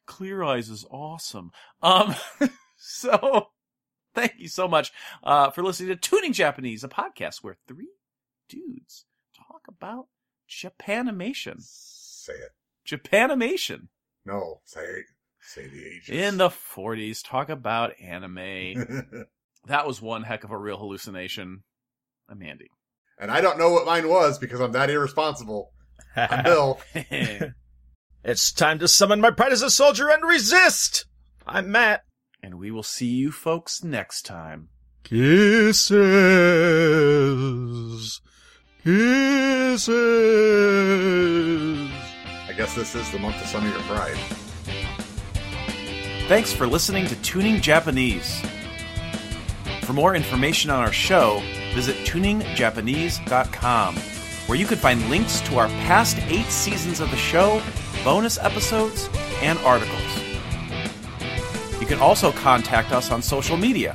B: Clear Eyes is awesome. Um, so thank you so much uh, for listening to Tuning Japanese, a podcast where three dudes talk about Japanimation.
C: Say it.
B: Japanimation.
C: No, say say the ages.
B: In the 40s, talk about anime. that was one heck of a real hallucination. I'm Andy.
C: and I don't know what mine was because I'm that irresponsible. I'm Bill.
B: and
D: it's time to summon my pride as a soldier and resist. I'm Matt.
B: we will see you folks next time.
D: Kisses. Kisses.
C: I guess this is the month of some of your pride.
B: Thanks for listening to Tuning Japanese. For more information on our show, visit tuningjapanese.com, where you can find links to our past eight seasons of the show, bonus episodes, and articles. You can also contact us on social media.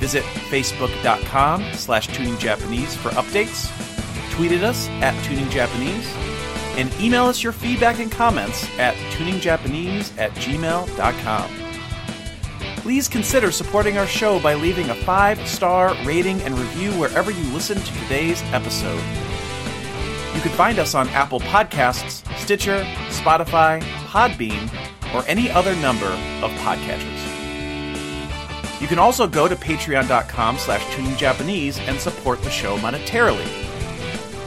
B: Visit facebook.com slash tuningjapanese for updates, tweet at us at tuningjapanese, and email us your feedback and comments at tuningjapanese at gmail.com. Please consider supporting our show by leaving a five star rating and review wherever you listen to today's episode. You can find us on Apple Podcasts, Stitcher, Spotify, Podbean, or any other number of podcatchers. You can also go to patreon.com slash tuningjapanese and support the show monetarily.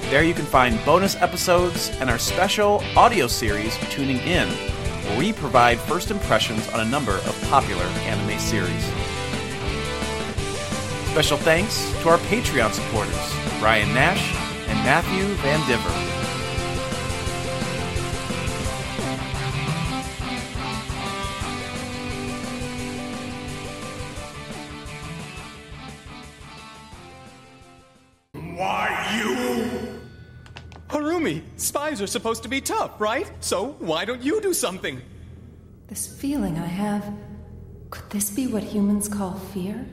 B: There you can find bonus episodes and our special audio series, Tuning In, where we provide first impressions on a number of popular anime series. Special thanks to our Patreon supporters, Ryan Nash and Matthew Van Diver.
A: Why you?
E: Harumi, spies are supposed to be tough, right? So why don't you do something?
F: This feeling I have. Could this be what humans call fear?